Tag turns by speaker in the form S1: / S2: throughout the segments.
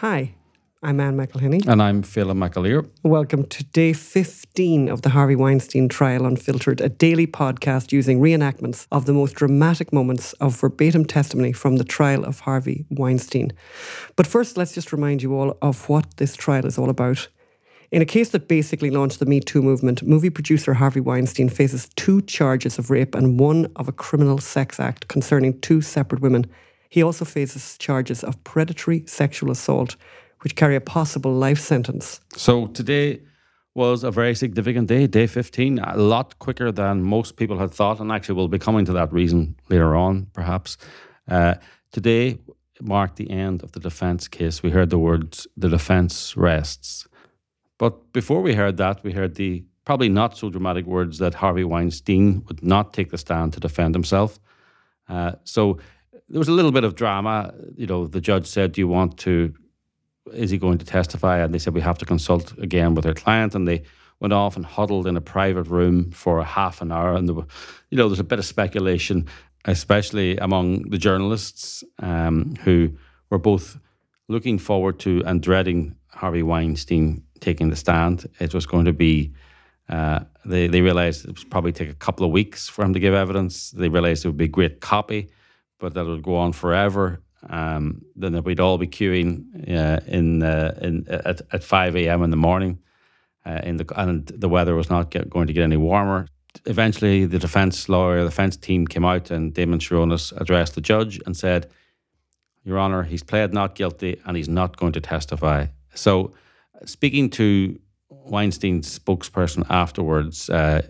S1: Hi, I'm Anne McElhenney.
S2: And I'm Phil McAleer.
S1: Welcome to day 15 of the Harvey Weinstein trial unfiltered, a daily podcast using reenactments of the most dramatic moments of verbatim testimony from the trial of Harvey Weinstein. But first, let's just remind you all of what this trial is all about. In a case that basically launched the Me Too movement, movie producer Harvey Weinstein faces two charges of rape and one of a criminal sex act concerning two separate women. He also faces charges of predatory sexual assault, which carry a possible life sentence.
S2: So today was a very significant day, day 15, a lot quicker than most people had thought. And actually, we'll be coming to that reason later on, perhaps. Uh, today marked the end of the defense case. We heard the words, the defense rests. But before we heard that, we heard the probably not so dramatic words that Harvey Weinstein would not take the stand to defend himself. Uh, so there was a little bit of drama. You know, the judge said, Do you want to, is he going to testify? And they said, We have to consult again with our client. And they went off and huddled in a private room for a half an hour. And there were, you know, there's a bit of speculation, especially among the journalists um, who were both looking forward to and dreading Harvey Weinstein taking the stand. It was going to be, uh, they, they realized it would probably take a couple of weeks for him to give evidence. They realized it would be great copy, but that it would go on forever. Um, then that we'd all be queuing uh, in, uh, in at, at 5 a.m. in the morning. Uh, in the, and the weather was not get, going to get any warmer. Eventually, the defense lawyer, the defense team came out, and Damon Sharonis addressed the judge and said, Your Honor, he's pled not guilty and he's not going to testify. So, speaking to Weinstein's spokesperson afterwards, uh,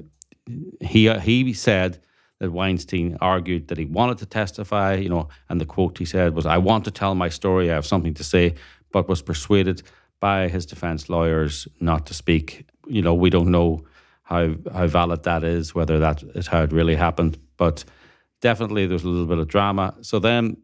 S2: he uh, he said that Weinstein argued that he wanted to testify, you know, and the quote he said was, "I want to tell my story. I have something to say," but was persuaded by his defense lawyers not to speak. You know, we don't know how how valid that is, whether that is how it really happened, but definitely there's a little bit of drama. So then,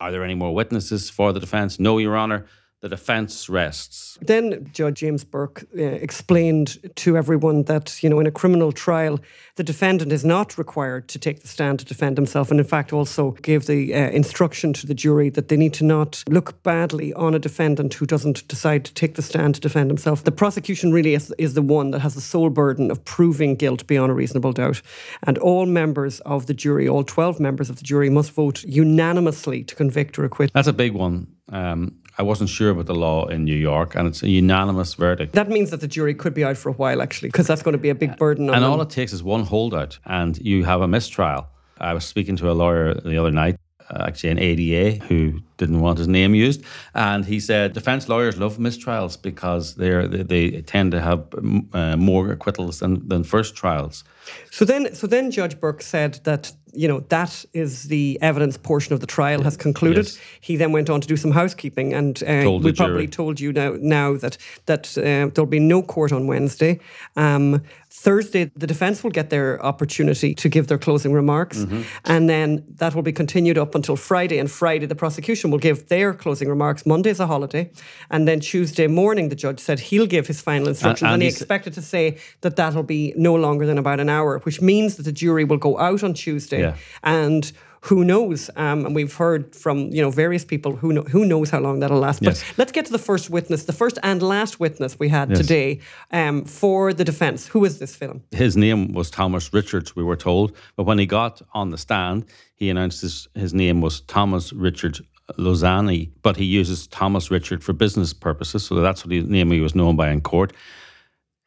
S2: are there any more witnesses for the defense? No, Your Honor. The defense rests.
S1: Then Judge James Burke uh, explained to everyone that, you know, in a criminal trial, the defendant is not required to take the stand to defend himself. And in fact, also gave the uh, instruction to the jury that they need to not look badly on a defendant who doesn't decide to take the stand to defend himself. The prosecution really is, is the one that has the sole burden of proving guilt beyond a reasonable doubt. And all members of the jury, all 12 members of the jury, must vote unanimously to convict or acquit.
S2: That's a big one. Um, I wasn't sure about the law in New York, and it's a unanimous verdict.
S1: That means that the jury could be out for a while, actually, because that's going to be a big burden on
S2: And
S1: them.
S2: all it takes is one holdout, and you have a mistrial. I was speaking to a lawyer the other night, uh, actually an ADA, who didn't want his name used, and he said defense lawyers love mistrials because they're, they they tend to have mm, uh, more acquittals than, than first trials.
S1: So then, so then Judge Burke said that you know that is the evidence portion of the trial has concluded.
S2: yes.
S1: He then went on to do some housekeeping, and uh,
S2: Told the
S1: we probably
S2: jury.
S1: told you now now that that uh, there'll be no court on Wednesday. Um, Thursday, the defense will get their opportunity to give their closing remarks,
S2: Mm-hmm.
S1: and then that will be continued up until Friday. And Friday, the prosecution will give their closing remarks. Monday's a holiday, and then Tuesday morning, the judge said he'll give his final instructions, and,
S2: and
S1: he
S2: he's-
S1: expected to say that that'll be no longer than about an hour, which means that the jury will go out on Tuesday
S2: Yeah.
S1: and. Who knows? Um, and we've heard from you know various people who know, who knows how long that'll last. But
S2: Yes.
S1: let's get to the first witness, the first and last witness we had today um, for the defense. Who is this film?
S2: his name was Thomas Richards, we were told. But when he got on the stand, he announced his, his name was Thomas Richard Lozani, but he uses Thomas Richard for business purposes. So that's what his name he was known by in court.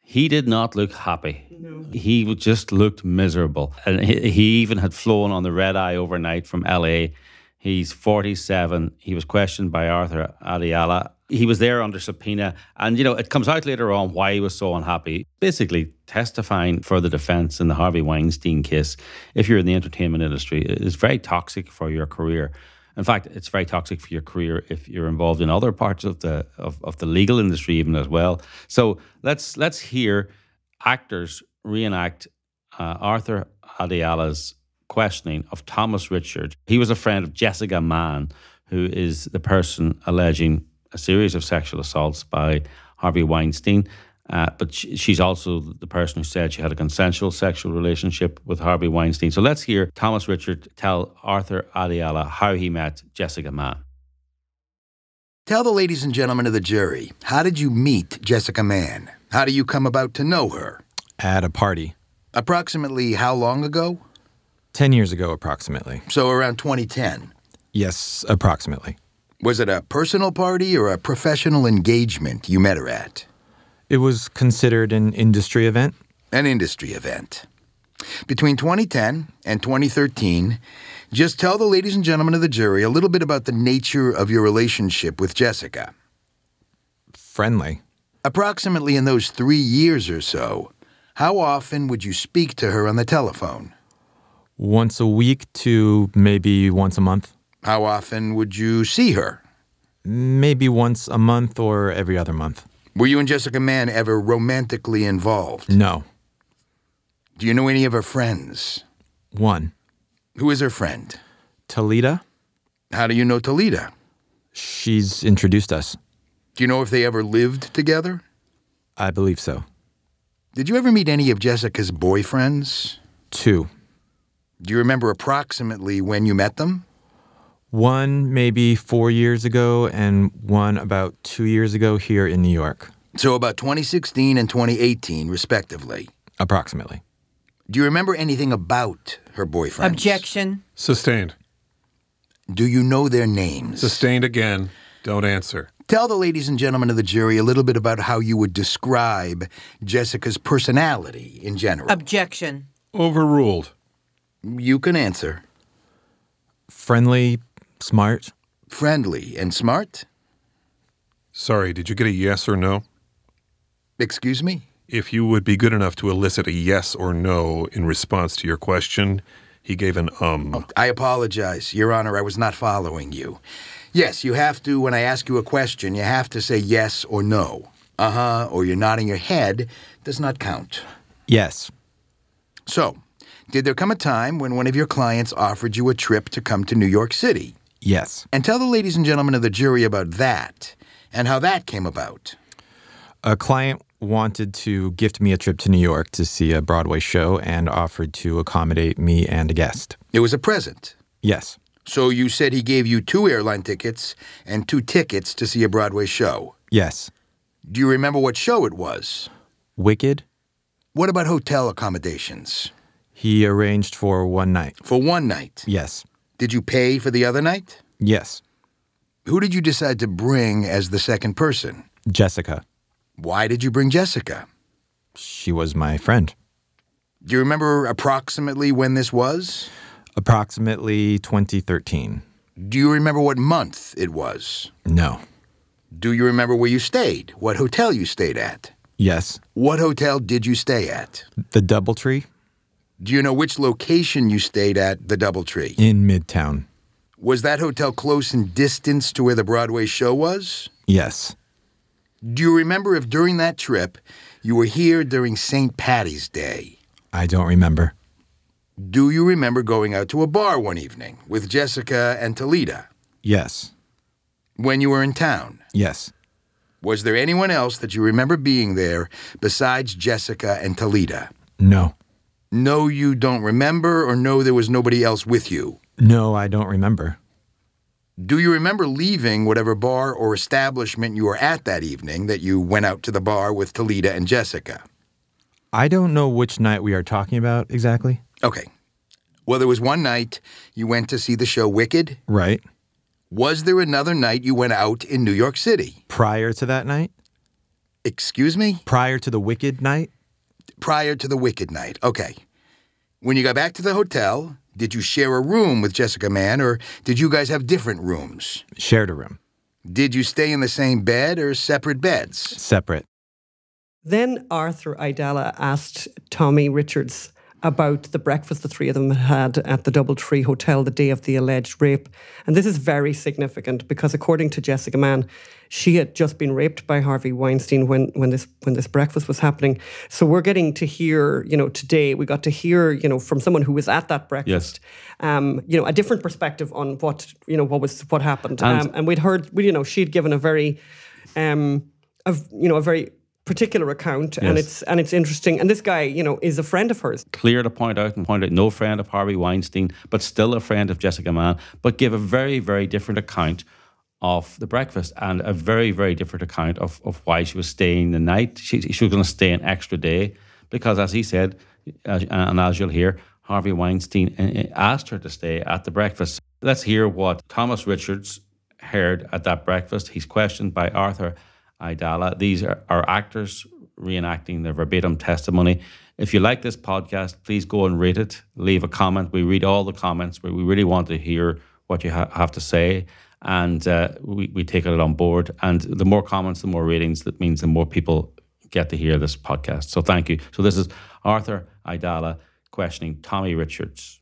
S2: He did not look happy. He just looked miserable. And he, he even had flown on the red eye overnight from LA. He's 47. He was questioned by Arthur Adiala. He was there under subpoena. And, you know, it comes out later on why he was so unhappy. Basically, testifying for the defense in the Harvey Weinstein case, if you're in the entertainment industry, is very toxic for your career. In fact, it's very toxic for your career if you're involved in other parts of the of, of the legal industry even as well. So let's let's hear actors reenact uh, Arthur Adiala's questioning of Thomas Richard. He was a friend of Jessica Mann, who is the person alleging a series of sexual assaults by Harvey Weinstein. Uh, but she, she's also the person who said she had a consensual sexual relationship with Harvey Weinstein. So let's hear Thomas Richard tell Arthur Adiala how he met Jessica Mann.
S3: Tell the ladies and gentlemen of the jury, how did you meet Jessica Mann? How do you come about to know her?
S4: At a party.
S3: Approximately how long ago?
S4: 10 years ago, approximately.
S3: So around 2010.
S4: Yes, approximately.
S3: Was it a personal party or a professional engagement you met her at?
S4: It was considered an industry event.
S3: An industry event. Between 2010 and 2013, just tell the ladies and gentlemen of the jury a little bit about the nature of your relationship with Jessica.
S4: Friendly.
S3: Approximately in those three years or so, how often would you speak to her on the telephone?
S4: Once a week to maybe once a month.
S3: How often would you see her?
S4: Maybe once a month or every other month.
S3: Were you and Jessica Mann ever romantically involved?
S4: No.
S3: Do you know any of her friends?
S4: One.
S3: Who is her friend?
S4: Talita,
S3: How do you know Talita?
S4: she's introduced us.
S3: Do you know if they ever lived together?
S4: I believe so.
S3: Did you ever meet any of Jessica's boyfriends?
S4: Two.
S3: Do you remember approximately when you met them?
S4: One maybe four years ago, and one about two years ago here in New York,
S3: So about 2016 and 2018, respectively.
S4: approximately.
S3: Do you remember anything about her boyfriends?
S5: Objection.
S6: Sustained.
S3: Do you know their names?
S6: Sustained again. Don't answer.
S3: Tell the ladies and gentlemen of the jury a little bit about how you would describe Jessica's personality in general.
S5: Objection.
S6: Overruled.
S3: you can answer.
S4: Friendly, smart,
S3: Friendly and smart?
S6: Sorry, did you get a yes or no?
S3: Excuse me?
S6: If you would be good enough to elicit a yes or no in response to your question, he gave an um.
S3: I apologize, Your Honor. I was not following you. Yes, you have to, when I ask you a question, you have to say yes or no. Uh huh, or you're nodding your head does not count.
S4: yes,
S3: So, did there come a time when one of your clients offered you a trip to come to New York City?
S4: yes.
S3: And tell the ladies and gentlemen of the jury about that and how that came about.
S4: A client wanted to gift me a trip to New York to see a Broadway show and offered to accommodate me and a guest.
S3: It was a present.
S4: Yes,
S3: So, you said he gave you two airline tickets and two tickets to see a Broadway show.
S4: yes.
S3: Do you remember what show it was?
S4: Wicked,
S3: What about hotel accommodations?
S4: he arranged for one night.
S3: For one night.
S4: Yes,
S3: Did you pay for the other night?
S4: yes.
S3: Who did you decide to bring as the second person?
S4: Jessica,
S3: Why did you bring Jessica?
S4: she was my friend.
S3: Do you remember approximately when this was?
S4: Approximately 2013.
S3: Do you remember what month it was?
S4: No.
S3: Do you remember where you stayed? What hotel you stayed at?
S4: Yes.
S3: What hotel did you stay at?
S4: The Doubletree
S3: Do you know which location you stayed at, the Doubletree?
S4: in Midtown.
S3: Was that hotel close in distance to where the Broadway show was?
S4: Yes.
S3: Do you remember if during that trip you were here during St. Patty's Day?
S4: I don't remember.
S3: Do you remember going out to a bar one evening with Jessica and Talita
S4: Yes.
S3: when you were in town?
S4: Yes.
S3: Was there anyone else that you remember being there besides Jessica and Talita?
S4: No.
S3: No, you don't remember, or no, there was nobody else with you.
S4: No, I don't remember.
S3: Do you remember leaving whatever bar or establishment you were at that evening that you went out to the bar with Talita and Jessica?
S4: I don't know which night we are talking about exactly.
S3: Okay. Well, there was one night you went to see the show Wicked.
S4: Right.
S3: Was there another night you went out in New York City?
S4: Prior to that night?
S3: Excuse me?
S4: Prior to the Wicked night?
S3: prior to the Wicked night. Okay. When you got back to the hotel, did you share a room with Jessica Mann or did you guys have different rooms?
S4: Shared a room.
S3: Did you stay in the same bed or separate beds?
S4: Separate.
S1: Then Arthur Idala asked Tommy Richards about the breakfast the three of them had at the Doubletree Hotel the day of the alleged rape. And this is very significant because according to Jessica Mann, she had just been raped by Harvey Weinstein when, when this when this breakfast was happening. So we're getting to hear, you know, today we got to hear, you know, from someone who was at that breakfast, um, you know, a different perspective on what, you know, what was what happened.
S2: And-
S1: um, and we'd heard, we, you know, she'd given a very um, of you know a very particular account, and it's and it's interesting. And this guy, you know, is a friend of hers.
S2: clear to point out and point out no friend of Harvey Weinstein, but still a friend of Jessica Mann, but gave a very, very different account of the breakfast and a very, very different account of, of why she was staying the night. She, she was going to stay an extra day because, as he said, as, and as you'll hear, Harvey Weinstein uh, asked her to stay at the breakfast. Let's hear what Thomas Richards heard at that breakfast. He's questioned by Arthur Idala. These are, are actors reenacting their verbatim testimony. If you like this podcast, please go and rate it. Leave a comment. We read all the comments. We, we really want to hear what you ha- have to say. And uh, we, we take it on board. And the more comments, the more ratings, that means the more people get to hear this podcast. So thank you. So this is Arthur Idala questioning Tommy Richards.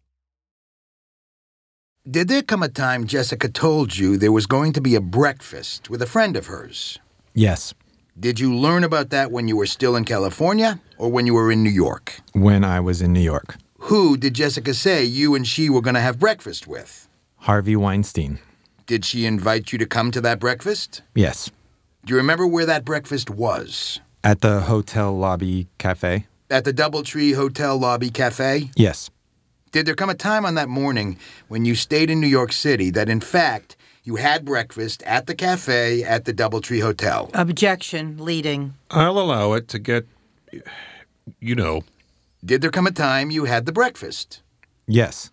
S3: Did there come a time Jessica told you there was going to be a breakfast with a friend of hers?
S4: Yes.
S3: Did you learn about that when you were still in California or when you were in New York?
S4: When I was in New York,
S3: Who did Jessica say you and she were going to have breakfast with?
S4: Harvey Weinstein.
S3: Did she invite you to come to that breakfast?
S4: Yes.
S3: Do you remember where that breakfast was?
S4: At the hotel lobby cafe?
S3: At the Doubletree Hotel Lobby Cafe?
S4: Yes.
S3: Did there come a time on that morning when you stayed in New York City that, in fact, you had breakfast at the cafe at the Doubletree Hotel?
S5: Objection, leading.
S6: I'll allow it to get, you know,
S3: Did there come a time you had the breakfast?
S4: Yes.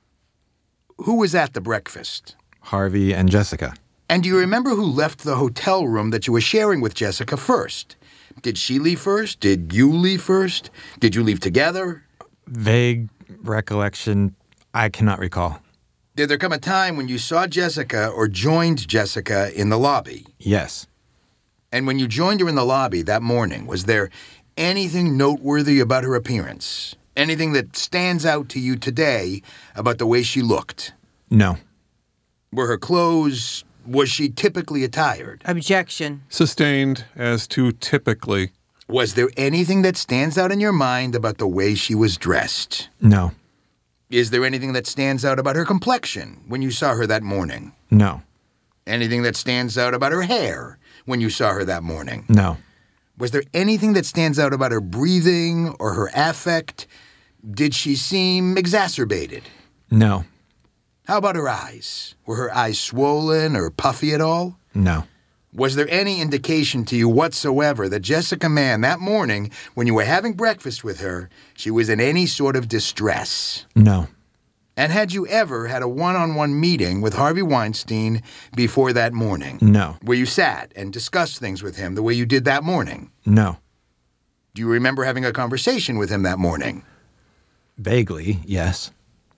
S3: Who was at the breakfast?
S4: Harvey and Jessica.
S3: And do you remember who left the hotel room that you were sharing with Jessica first? Did she leave first? Did you leave first? Did you leave together?
S4: Vague recollection. I cannot recall.
S3: Did there come a time when you saw Jessica or joined Jessica in the lobby?
S4: Yes.
S3: And when you joined her in the lobby that morning, was there anything noteworthy about her appearance? Anything that stands out to you today about the way she looked?
S4: No.
S3: Were her clothes, was she typically attired?
S5: Objection.
S6: sustained as to typically.
S3: Was there anything that stands out in your mind about the way she was dressed?
S4: No.
S3: Is there anything that stands out about her complexion when you saw her that morning?
S4: No.
S3: Anything that stands out about her hair when you saw her that morning?
S4: No.
S3: Was there anything that stands out about her breathing or her affect? Did she seem exacerbated?
S4: No.
S3: How about her eyes? Were her eyes swollen or puffy at all?
S4: No.
S3: Was there any indication to you whatsoever that Jessica Mann that morning, when you were having breakfast with her, she was in any sort of distress?
S4: No.
S3: And had you ever had a one on one meeting with Harvey Weinstein before that morning,
S4: No.
S3: where you sat and discussed things with him the way you did that morning?
S4: No.
S3: Do you remember having a conversation with him that morning?
S4: Vaguely, yes.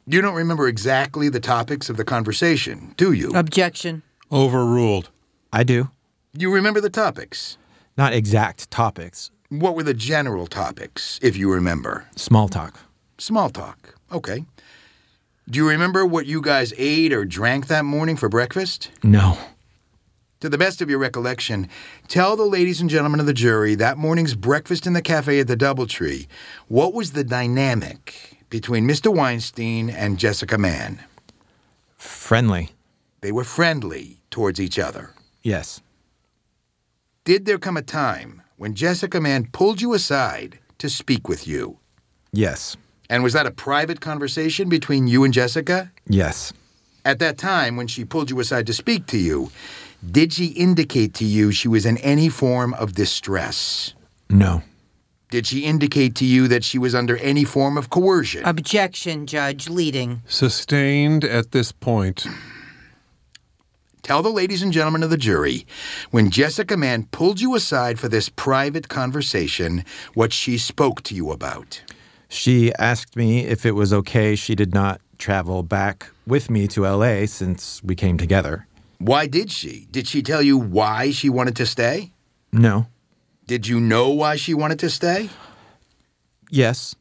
S3: You don't remember exactly the topics of the conversation, do
S5: Uh,
S3: you?
S5: Objection.
S6: Overruled.
S4: I do.
S3: You remember the topics.
S4: Not exact topics.
S3: What were the general topics, if you remember?
S4: Small talk.
S3: Small talk. Okay. Do you remember what you guys ate or drank that morning for breakfast?
S4: No.
S3: To the best of your recollection, tell the ladies and gentlemen of the jury that morning's breakfast in the cafe at the Doubletree. What was the dynamic between Mr. Weinstein and Jessica Mann?
S4: Friendly.
S3: They were friendly towards each other.
S4: Yes.
S3: Did there come a time when Jessica Mann pulled you aside to speak with you?
S4: Yes.
S3: And was that a private conversation between you and Jessica?
S4: Yes.
S3: At that time, when she pulled you aside to speak to you, did she indicate to you she was in any form of distress?
S4: No.
S3: Did she indicate to you that she was under any form of coercion?
S5: Um, Objection, Judge, leading.
S6: Sustained at this point.
S3: Tell the ladies and gentlemen of the jury when Jessica Mann pulled you aside for this private conversation, what she spoke to you about.
S4: She asked me if it was okay she did not travel back with me to LA since we came together.
S3: Why did she? Did she tell you why she wanted to stay?
S4: No.
S3: Did you know why she wanted to stay?
S4: Yes.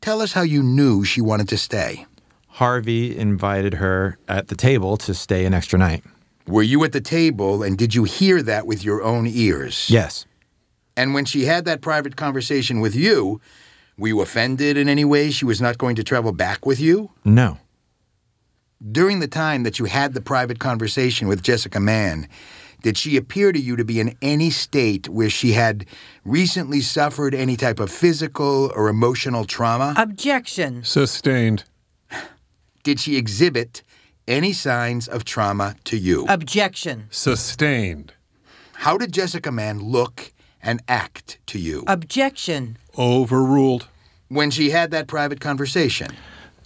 S3: Tell us how you knew she wanted to stay.
S4: Harvey invited her at the table to stay an extra night.
S3: Were you at the table and did you hear that with your own ears?
S4: Yes.
S3: And when she had that private conversation with you, were you offended in any way she was not going to travel back with you?
S4: No.
S3: During the time that you had the private conversation with Jessica Mann, did she appear to you to be in any state where she had recently suffered any type of physical or
S5: Uh,
S3: emotional trauma?
S5: Objection.
S6: Sustained.
S3: Did she exhibit any signs of trauma to you?
S5: Uh, Objection.
S6: Sustained.
S3: How did Jessica Mann look and act to you
S5: Objection.
S6: Overruled.
S3: when she had that private conversation?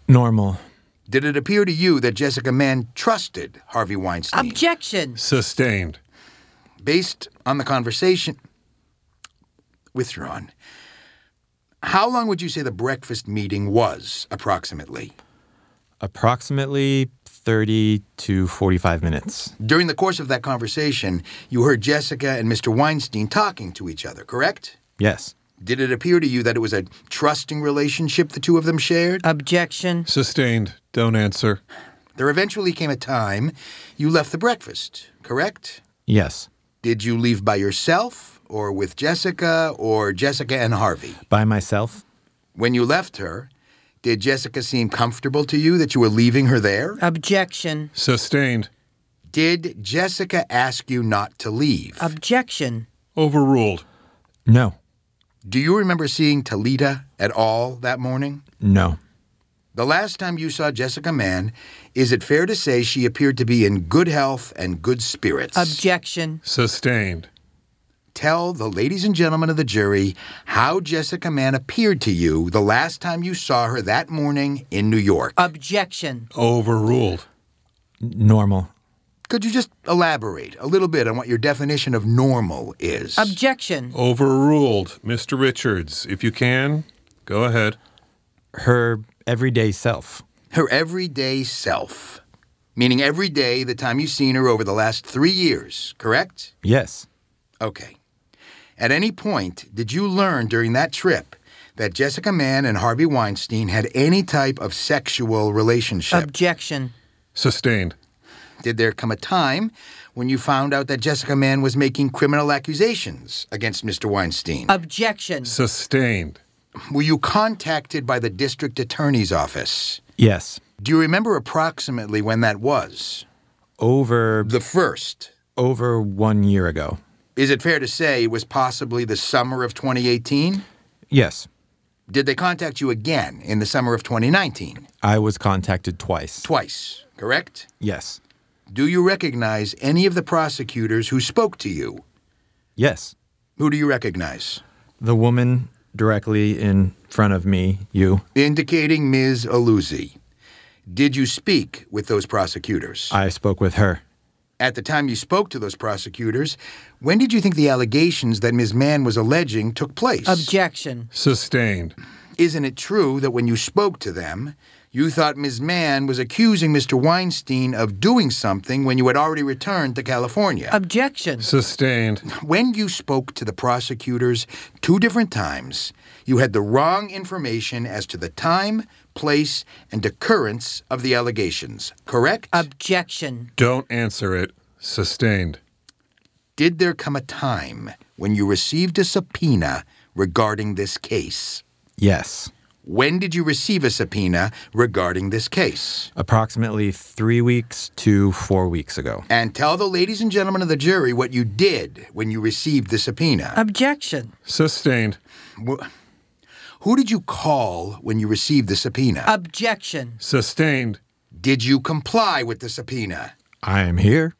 S4: Normal.
S3: Did it appear to you that Jessica Mann trusted Harvey Weinstein?
S5: Objection.
S6: Sustained.
S3: Based on the conversation. Withdrawn. How long would you say the breakfast meeting was, approximately?
S4: Approximately 30 to 45 minutes.
S3: During the course of that conversation, you heard Jessica and Mr. Weinstein talking to each other, correct?
S4: Yes.
S3: Did it appear to you that it was a trusting relationship the two of them shared?
S5: Objection.
S6: Sustained. Don't answer.
S3: There eventually came a time you left the breakfast, correct?
S4: Yes.
S3: Did you leave by yourself or with Jessica or Jessica and Harvey?
S4: By myself?
S3: When you left her, did Jessica seem comfortable to you that you were leaving her there?
S5: Objection.
S6: Sustained.
S3: Did Jessica ask you not to leave?
S5: Um, Objection.
S6: Overruled.
S4: No.
S3: Do you remember seeing Talita at all that morning?
S4: No.
S3: The last time you saw Jessica Mann, is it fair to say she appeared to be in good health and good spirits?
S5: Um, Objection.
S6: Sustained.
S3: Tell the ladies and gentlemen of the jury how Jessica Mann appeared to you the last time you saw her that morning in New York.
S5: Objection.
S6: Overruled.
S4: Normal.
S3: Could you just elaborate a little bit on what your definition of normal is?
S5: Objection.
S6: Overruled. Mr. Richards, if you can, go ahead.
S4: Her everyday self?
S3: her everyday self. Meaning every day, the time you've seen her over the last three years, correct?
S4: Yes.
S3: Okay. At any point, did you learn during that trip that Jessica Mann and Harvey Weinstein had any type of sexual relationship?
S5: Objection.
S6: Sustained.
S3: did there come a time when you found out that Jessica Mann was making criminal accusations against Mr. Weinstein?
S5: Objection.
S6: Sustained.
S3: Were you contacted by the district attorney's office?
S4: Yes.
S3: Do you remember approximately when that was?
S4: Over
S3: The first.
S4: over 1 year ago.
S3: Is it fair to say it was possibly the summer of 2018?
S4: Yes.
S3: Did they contact you again in the summer of 2019?
S4: I was contacted twice.
S3: Twice, correct?
S4: Yes.
S3: Do you recognize any of the prosecutors who spoke to you?
S4: Yes.
S3: Who do you recognize?
S4: The woman directly in front of me, you,
S3: Indicating Ms. Aluzzi. Did you speak with those prosecutors?
S4: I spoke with her.
S3: At the time you spoke to those prosecutors, when did you think the allegations that Ms. Mann was alleging took place?
S5: Objection.
S6: Sustained.
S3: Isn't it true that when you spoke to them, you thought Ms. Mann was accusing Mr. Weinstein of doing something when you had already returned to California?
S5: Um, Objection.
S6: Sustained.
S3: when you spoke to the prosecutors two different times, you had the wrong information as to the time, place, and occurrence of the allegations, correct?
S5: Um, Objection.
S6: Don't answer it. Sustained.
S3: Did there come a time when you received a subpoena regarding this case?
S4: Yes.
S3: When did you receive a subpoena regarding this case?
S4: Approximately 3 weeks to 4 weeks ago.
S3: and tell the ladies and gentlemen of the jury what you did when you received the subpoena.
S5: Objection.
S6: Sustained.
S3: Wh- Who did you call when you received the subpoena?
S5: Objection.
S6: Sustained.
S3: did you comply with the subpoena?
S4: I am here.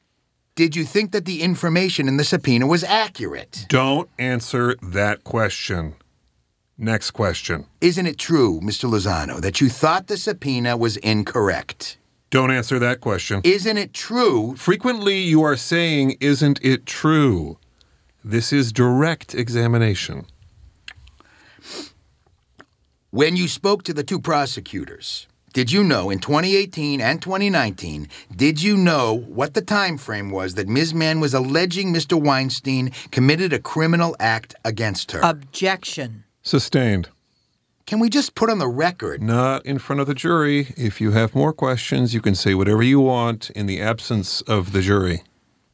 S3: Did you think that the information in the subpoena was accurate?
S6: Don't answer that question. Next question.
S3: Isn't it true, Mr. Lozano, that you thought the subpoena was incorrect?
S6: Don't answer that question.
S3: Isn't it true?
S6: Frequently, you are saying, Isn't it true? This is direct examination.
S3: When you spoke to the two prosecutors, did you know in 2018 and 2019, did you know what the time frame was that Ms. Mann was alleging Mr. Weinstein committed a criminal act against
S5: Uh,
S3: her?
S5: Objection.
S6: Sustained.
S3: Can we just put on the record?
S6: Not in front of the jury. If you have more questions, you can say whatever you want in the absence of the jury.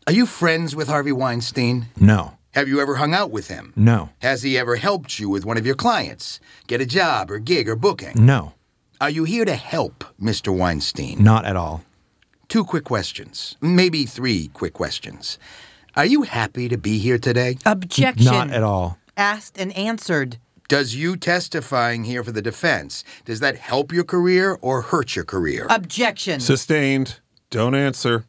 S3: Are you friends with Harvey Weinstein?
S4: No.
S3: Have you ever hung out with him?
S4: No.
S3: Has he ever helped you with one of your clients? Get a job or gig or booking?
S4: No.
S3: Are you here to help Mr. Weinstein?
S4: Not at all.
S3: Two quick questions. Maybe three quick questions. Are you happy to be here today?
S5: Objection.
S4: Not at all.
S5: Asked and answered.
S3: Does you testifying here for the defense, does that help your career or hurt your career?
S5: Objection.
S6: Sustained. Don't answer.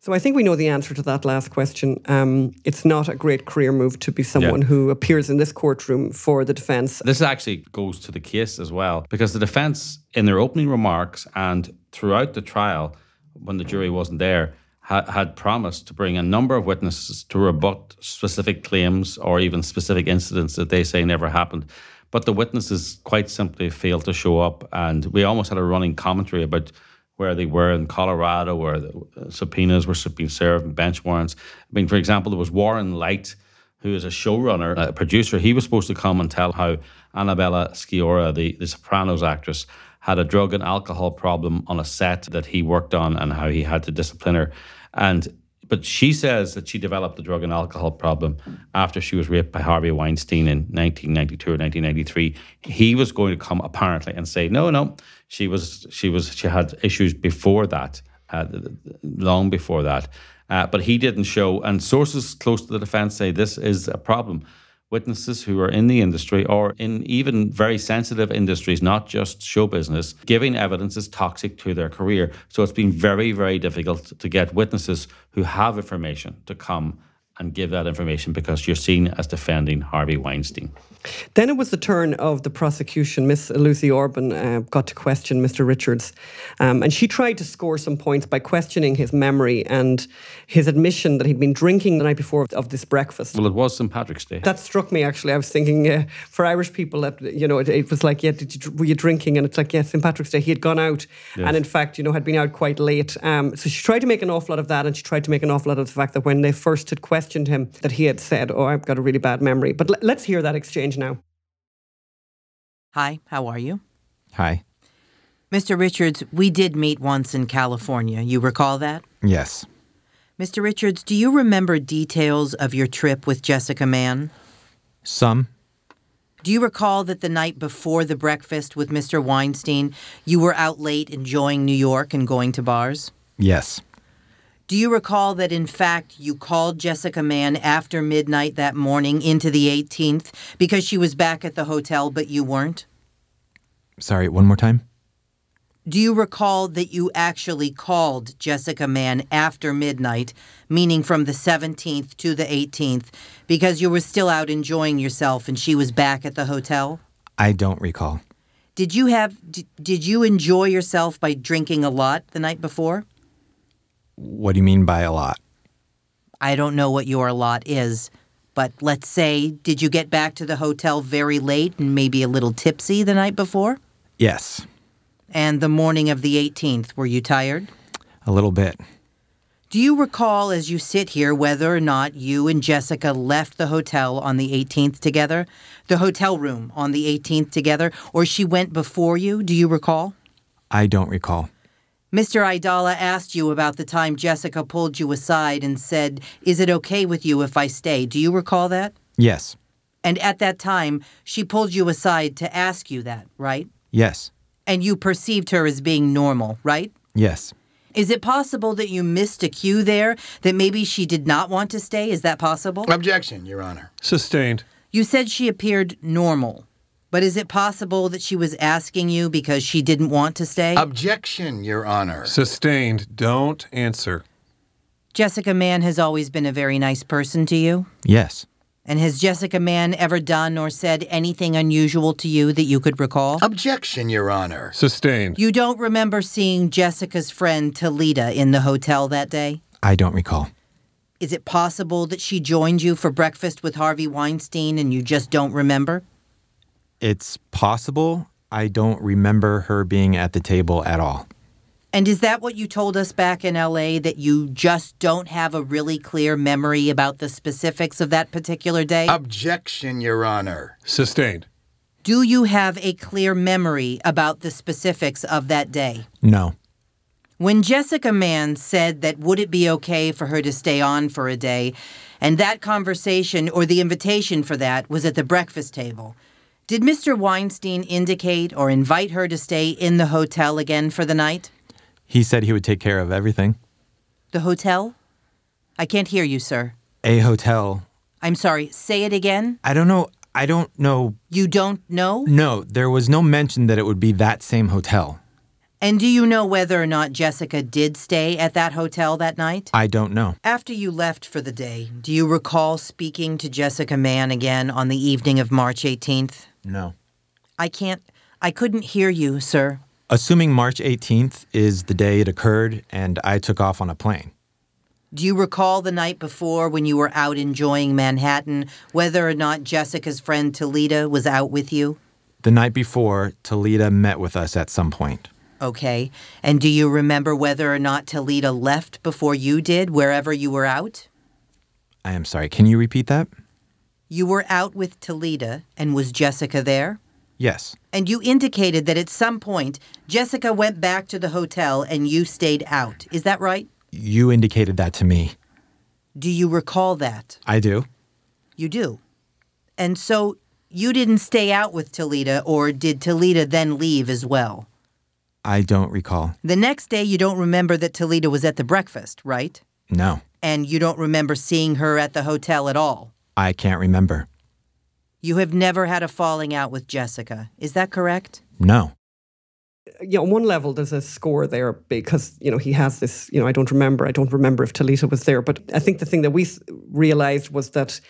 S1: So I think we know the answer to that last question. Um, it's not a great career move to be someone who appears in this courtroom for the defense.
S2: This actually goes to the case as well, because the defense, in their opening remarks and throughout the trial, when the jury wasn't there, ha- had promised to bring a number of witnesses to rebut specific claims or even specific incidents that they say never happened. But the witnesses quite simply failed to show up, and we almost had a running commentary about where they were in Colorado, where the uh, subpoenas were being served and bench warrants. I mean, for example, there was Warren Light, who is a showrunner, a producer. He was supposed to come and tell how Annabella Sciorra, the, the Sopranos actress, had a drug and alcohol problem on a set that he worked on and how he had to discipline her. And but she says that she developed the drug and alcohol problem after she was raped by Harvey Weinstein in 1992 or 1993. He was going to come apparently and say, "No, no, she was she was she had issues before that, uh, th- th- long before that." Uh, but he didn't show, and sources close to the defense say this is a problem. Witnesses who are in the industry or in even very sensitive industries, not just show business, giving evidence is toxic to their career. So it's been very, very difficult to get witnesses who have information to come and give that information because you're seen as defending Harvey Weinstein.
S1: Then it was the turn of the prosecution. Miss Lucy Orban uh, got to question Mr. Richards, um, and she tried to score some points by questioning his memory and his admission that he'd been drinking the night before of this breakfast.
S2: Well, it was St. Patrick's Day.
S1: That struck me actually. I was thinking uh, for Irish people that you know it, it was like, yeah, did you, were you drinking? And it's like, yes, St Patrick's Day. He had gone out, and in fact, you know, had been out quite late. Um, so she tried to make an awful lot of that, and she tried to make an awful lot of the fact that when they first had questioned him, that he had said, "Oh, I've got a really bad memory." But let- let's hear that exchange now.
S5: Hi, how are you?
S4: Hi.
S5: Mr. Richards, we did meet once in California. You recall that?
S4: Yes.
S5: Mr. Richards, do you remember details of your trip with Jessica Mann?
S4: Some.
S5: Do you recall that the night before the breakfast with Mr. Weinstein, you were out late enjoying New York and going to bars?
S4: Yes.
S5: Do you recall that in fact you called Jessica Mann after midnight that morning into the 18th because she was back at the hotel but you weren't?
S4: Sorry, one more time?
S5: Do you recall that you actually called Jessica Mann after midnight, meaning from the 17th to the 18th, because you were still out enjoying yourself and she was back at the hotel?
S4: I don't recall.
S5: Did you have d- did you enjoy yourself by drinking a lot the night before?
S4: What do you mean by a lot?
S5: I don't know what your lot is, but let's say did you get back to the hotel very late and maybe a little tipsy the night before?
S4: Yes.
S5: And the morning of the 18th, were you tired?
S4: A little bit.
S5: Do you recall as you sit here whether or not you and Jessica left the hotel on the 18th together? The hotel room on the 18th together? Or she went before you? Do you recall?
S4: I don't recall.
S5: Mr. Idala asked you about the time Jessica pulled you aside and said, Is it okay with you if I stay? Do you recall that?
S4: Yes.
S5: And at that time, she pulled you aside to ask you that, right?
S4: Yes.
S5: And you perceived her as being normal, right?
S4: Yes.
S5: Is it possible that you missed a cue there? That maybe she did not want to stay? Is that possible?
S3: Objection, Your Honor.
S6: Sustained.
S5: You said she appeared normal, but is it possible that she was asking you because she didn't want to stay?
S3: Um, Objection, Your Honor.
S6: Sustained. Don't answer.
S5: Jessica Mann has always been a very nice person to you.
S4: Yes.
S5: And has Jessica Mann ever done or said anything unusual to you that you could recall?
S3: Um, Objection, Your Honor.
S6: Sustained.
S5: You don't remember seeing Jessica's friend Talita in the hotel that day?
S4: I don't recall.
S5: Is it possible that she joined you for breakfast with Harvey Weinstein and you just don't remember?
S4: It's possible. I don't remember her being at the table at all.
S5: And is that what you told us back in LA that you just don't have a really clear memory about the specifics of that particular day?
S3: Uh, Objection, Your Honor.
S6: Sustained.
S5: Do you have a clear memory about the specifics of that day?
S4: No.
S5: When Jessica Mann said that would it be okay for her to stay on for a day, and that conversation or the invitation for that was at the breakfast table, did Mr. Weinstein indicate or invite her to stay in the hotel again for the night?
S4: He said he would take care of everything.
S5: The hotel? I can't hear you, sir.
S4: A hotel.
S5: I'm sorry, say it again.
S4: I don't know. I don't know.
S5: You don't know?
S4: No, there was no mention that it would be that same hotel.
S5: And do you know whether or not Jessica did stay at that hotel that night?
S4: I don't know.
S5: After you left for the day, do you recall speaking to Jessica Mann again on the evening of March 18th?
S4: No.
S5: I can't, I couldn't hear you, sir.
S4: Assuming March 18th is the day it occurred and I took off on a plane.
S5: Do you recall the night before when you were out enjoying Manhattan, whether or not Jessica's friend Talita was out with you?
S4: The night before, Talita met with us at some point.
S5: Okay. And do you remember whether or not Talita left before you did, wherever you were out?
S4: I am sorry, can you repeat that?
S5: You were out with Talita, and was Jessica there?
S4: Yes.
S5: And you indicated that at some point Jessica went back to the hotel and you stayed out. Is that right?
S4: You indicated that to me.
S5: Do you recall that?
S4: I do.
S5: You do. And so you didn't stay out with Talita, or did Talita then leave as well?
S4: I don't recall.
S5: The next day, you don't remember that Talita was at the breakfast, right?
S4: No.
S5: And you don't remember seeing her at the hotel at all.
S4: I can't remember.
S5: You have never had a falling out with Jessica. Is that correct?
S4: No.
S1: you know, on one level, there's a score there because you know he has this. You know, I don't remember. I don't remember if Talita was there, but I think the thing that we s- realized was that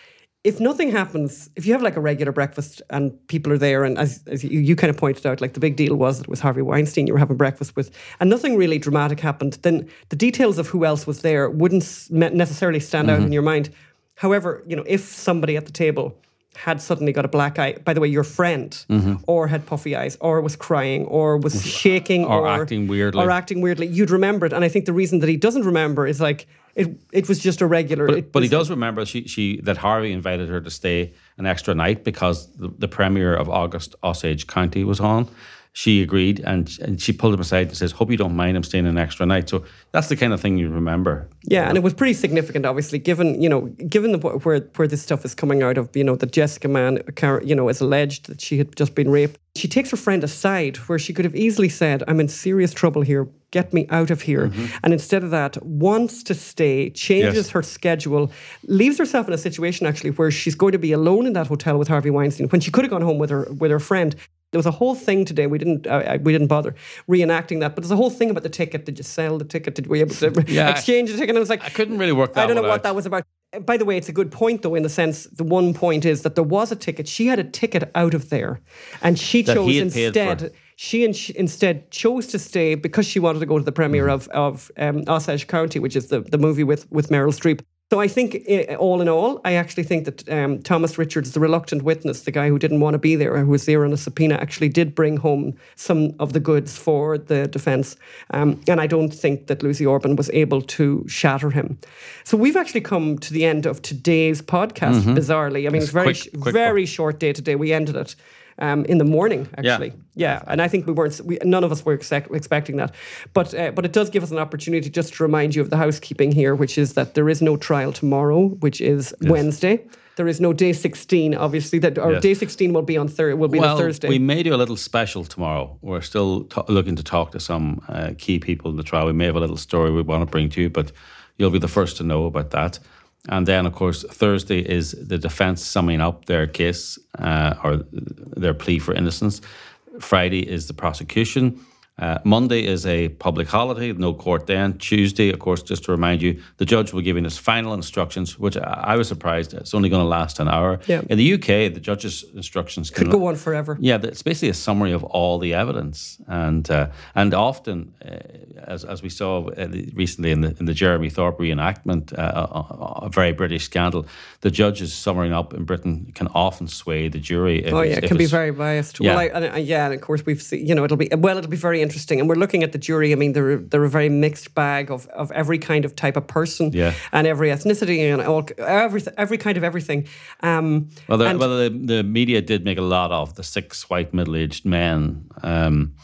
S1: if nothing happens, if you have like a regular breakfast and people are there, and as, as you, you kind of pointed out, like the big deal was that it was Harvey Weinstein you were having breakfast with, and nothing really dramatic happened, then the details of who else was there wouldn't s- ne- necessarily stand out in your mind. However, you know, if somebody at the table had suddenly got a black eye, by the way, your friend,
S2: Mm-hmm.
S1: or had puffy eyes, or was crying, or was shaking,
S2: or
S1: or,
S2: acting weirdly.
S1: or acting weirdly, you'd remember it. And I think the reason that he doesn't remember is like it. It was just a regular.
S2: But,
S1: it
S2: but he
S1: was-
S2: does remember she, she that Harvey invited her to stay an extra night because the, the premiere of August Osage County was on. She agreed and, and she pulled him aside and says, Hope you don't mind I'm staying an extra night. So that's the kind of thing you remember.
S1: Yeah, and it was pretty significant, obviously, given you know, given the where where this stuff is coming out of. You know, that Jessica Mann, car- you know, is alleged that she had just been raped. She takes her friend aside, where she could have easily said, "I'm in serious trouble here. Get me out of here." And instead of that, wants to stay, changes
S2: Yes.
S1: her schedule, leaves herself in a situation actually where she's going to be alone in that hotel with Harvey Weinstein when she could have gone home with her with her friend. There was a whole thing today. We didn't uh, uh, we didn't bother reenacting that, but there's a whole thing about the ticket. Did you sell the ticket? Did we able to
S2: Yeah.
S1: exchange the ticket? And I was like,
S2: I couldn't really work that
S1: I don't know
S2: one out.
S1: what that was about. Uh, By the way, it's a good point though. In the sense, the one point is that there was a ticket. She had a ticket out of there, and she
S2: That
S1: chose
S2: he had paid for.
S1: instead. She, in, she instead chose to stay because she wanted to go to the premiere
S2: Mm-hmm.
S1: of of um, Osage County, which is the, the movie with with Meryl Streep. So I think, eh, all in all, I actually think that um, Thomas Richards, the reluctant witness, the guy who didn't want to be there, who was there on a subpoena, actually did bring home some of the goods for the defense. Um, and I don't think that Lucy Orban was able to shatter him. So we've actually come to the end of today's podcast, bizarrely. I mean, it's very,
S2: Mm-hmm. quick-
S1: sh-
S2: quick
S1: very short day today. We ended it. Um, in the morning,
S2: Yeah.
S1: actually, yeah, and I think we weren't, we, none of us were exact, expecting that, but uh, but it does give us an opportunity just to remind you of the housekeeping here, which is that there is no trial tomorrow, which is Wednesday. There is no day sixteen, obviously. That or
S2: Yes.
S1: day sixteen will be on Thursday. Will be
S2: well,
S1: the Thursday.
S2: we may do a little special tomorrow. We're still t- looking to talk to some uh, key people in the trial. We may have a little story we want to bring to you, but you'll be the first to know about that. And then, of course, Thursday is the defense summing up their case uh, or their plea for innocence. Friday is the prosecution. Uh, Monday is a public holiday, no court then. Tuesday, of course, just to remind you, the judge will be giving his final instructions, which I, I was surprised. It's only going to last an hour.
S1: Yeah.
S2: In the UK, the judge's instructions
S1: could go on forever.
S2: yeah, but it's basically a summary of all the evidence, and uh, and often, uh, as, as we saw uh, recently in the in the Jeremy Thorpe reenactment, uh, a, a very British scandal, the judges summing up in Britain can often sway the jury. If
S1: Oh
S2: it's-
S1: yeah, it
S2: if
S1: can be
S2: it's-
S1: very biased.
S2: Yeah.
S1: Well, I, and, I- yeah, and of course we've seen. You know, it'll be well, it'll be very interesting. And we're looking at the jury. I mean, they're they're a very mixed bag of, of every kind of type of person,
S2: Yeah.
S1: and every ethnicity and all every every kind of everything. Um,
S2: Well, the,
S1: and-
S2: well the, the media did make a lot of the six white middle-aged men, um,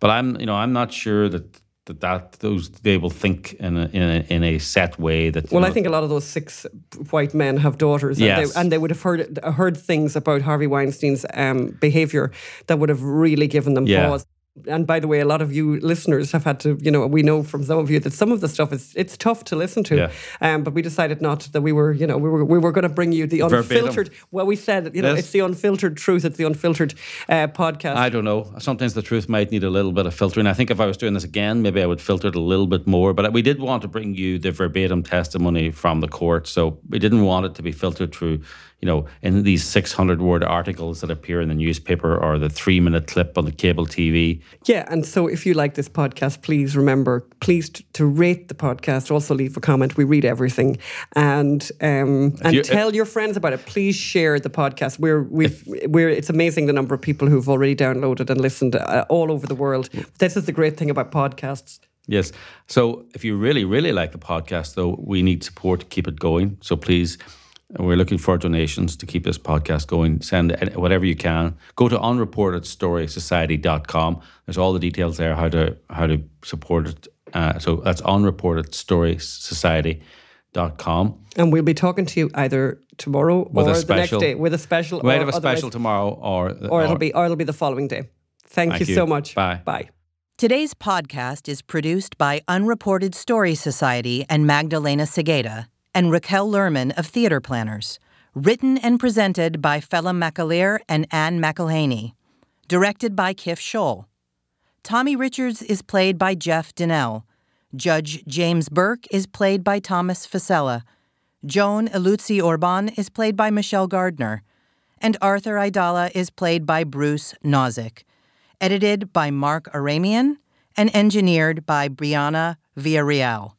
S2: but I'm you know I'm not sure that. That, that those they will think in a, in a, in a set way that you
S1: Well,
S2: know,
S1: I think a lot of those six white men have daughters, and,
S2: Yes.
S1: they, and they would have heard heard things about Harvey Weinstein's um, behavior that would have really given them
S2: Yeah.
S1: pause. and by the way, a lot of you listeners have had to, you know, we know from some of you that some of the stuff is it's tough to listen to.
S2: Yeah.
S1: Um, but we decided not that we were, you know, we were we were going to bring you the
S2: Verbatim.
S1: unfiltered. Well, we said, you know,
S2: Yes.
S1: it's the unfiltered truth. It's the unfiltered uh, podcast.
S2: I don't know. Sometimes the truth might need a little bit of filtering. I think if I was doing this again, maybe I would filter it a little bit more. But we did want to bring you the verbatim testimony from the court, so we didn't want it to be filtered through, you know, in these 600 word articles that appear in the newspaper or the three minute clip on the cable TV.
S1: Yeah, and so if you like this podcast, please remember, please t- to rate the podcast. Also, leave a comment. We read everything, and um, and
S2: you-
S1: tell your friends about it. Please share the podcast. We're we've, we're it's amazing the number of people who've already downloaded and listened uh, all over the world.
S2: Mm.
S1: This is the great thing about podcasts.
S2: Yes. So if you really, really like the podcast, though, we need support to keep it going. So please, we're looking for donations to keep this podcast going. Send any- whatever you can. Go to unreportedstorysociety.com. There's all the details there how to how to support it. Uh, so that's unreportedstorysociety.com.
S1: And we'll be talking to you either tomorrow
S2: With a
S1: or the next
S2: special.
S1: day with a special.
S2: We might
S1: or
S2: have a
S1: otherwise-
S2: special tomorrow, or
S1: or it'll be or it'll be the following day. Thank,
S2: Thank
S1: you,
S2: you.
S1: so much.
S2: Bye.
S1: Bye.
S5: Today's podcast is produced by Unreported Story Society and Magdalena Segeda and Raquel Lerman of Theater Planners. Written and presented by Fella McAleer and Anne McElhaney. Directed by Kiff Scholl. Tommy Richards is played by Jeff Donnell. Judge James Burke is played by Thomas Fasella. Joan Eluzzi Orban is played by Michelle Gardner. And Arthur Idala is played by Bruce Nozick. Edited by Mark Aramian and engineered by Brianna Villarreal.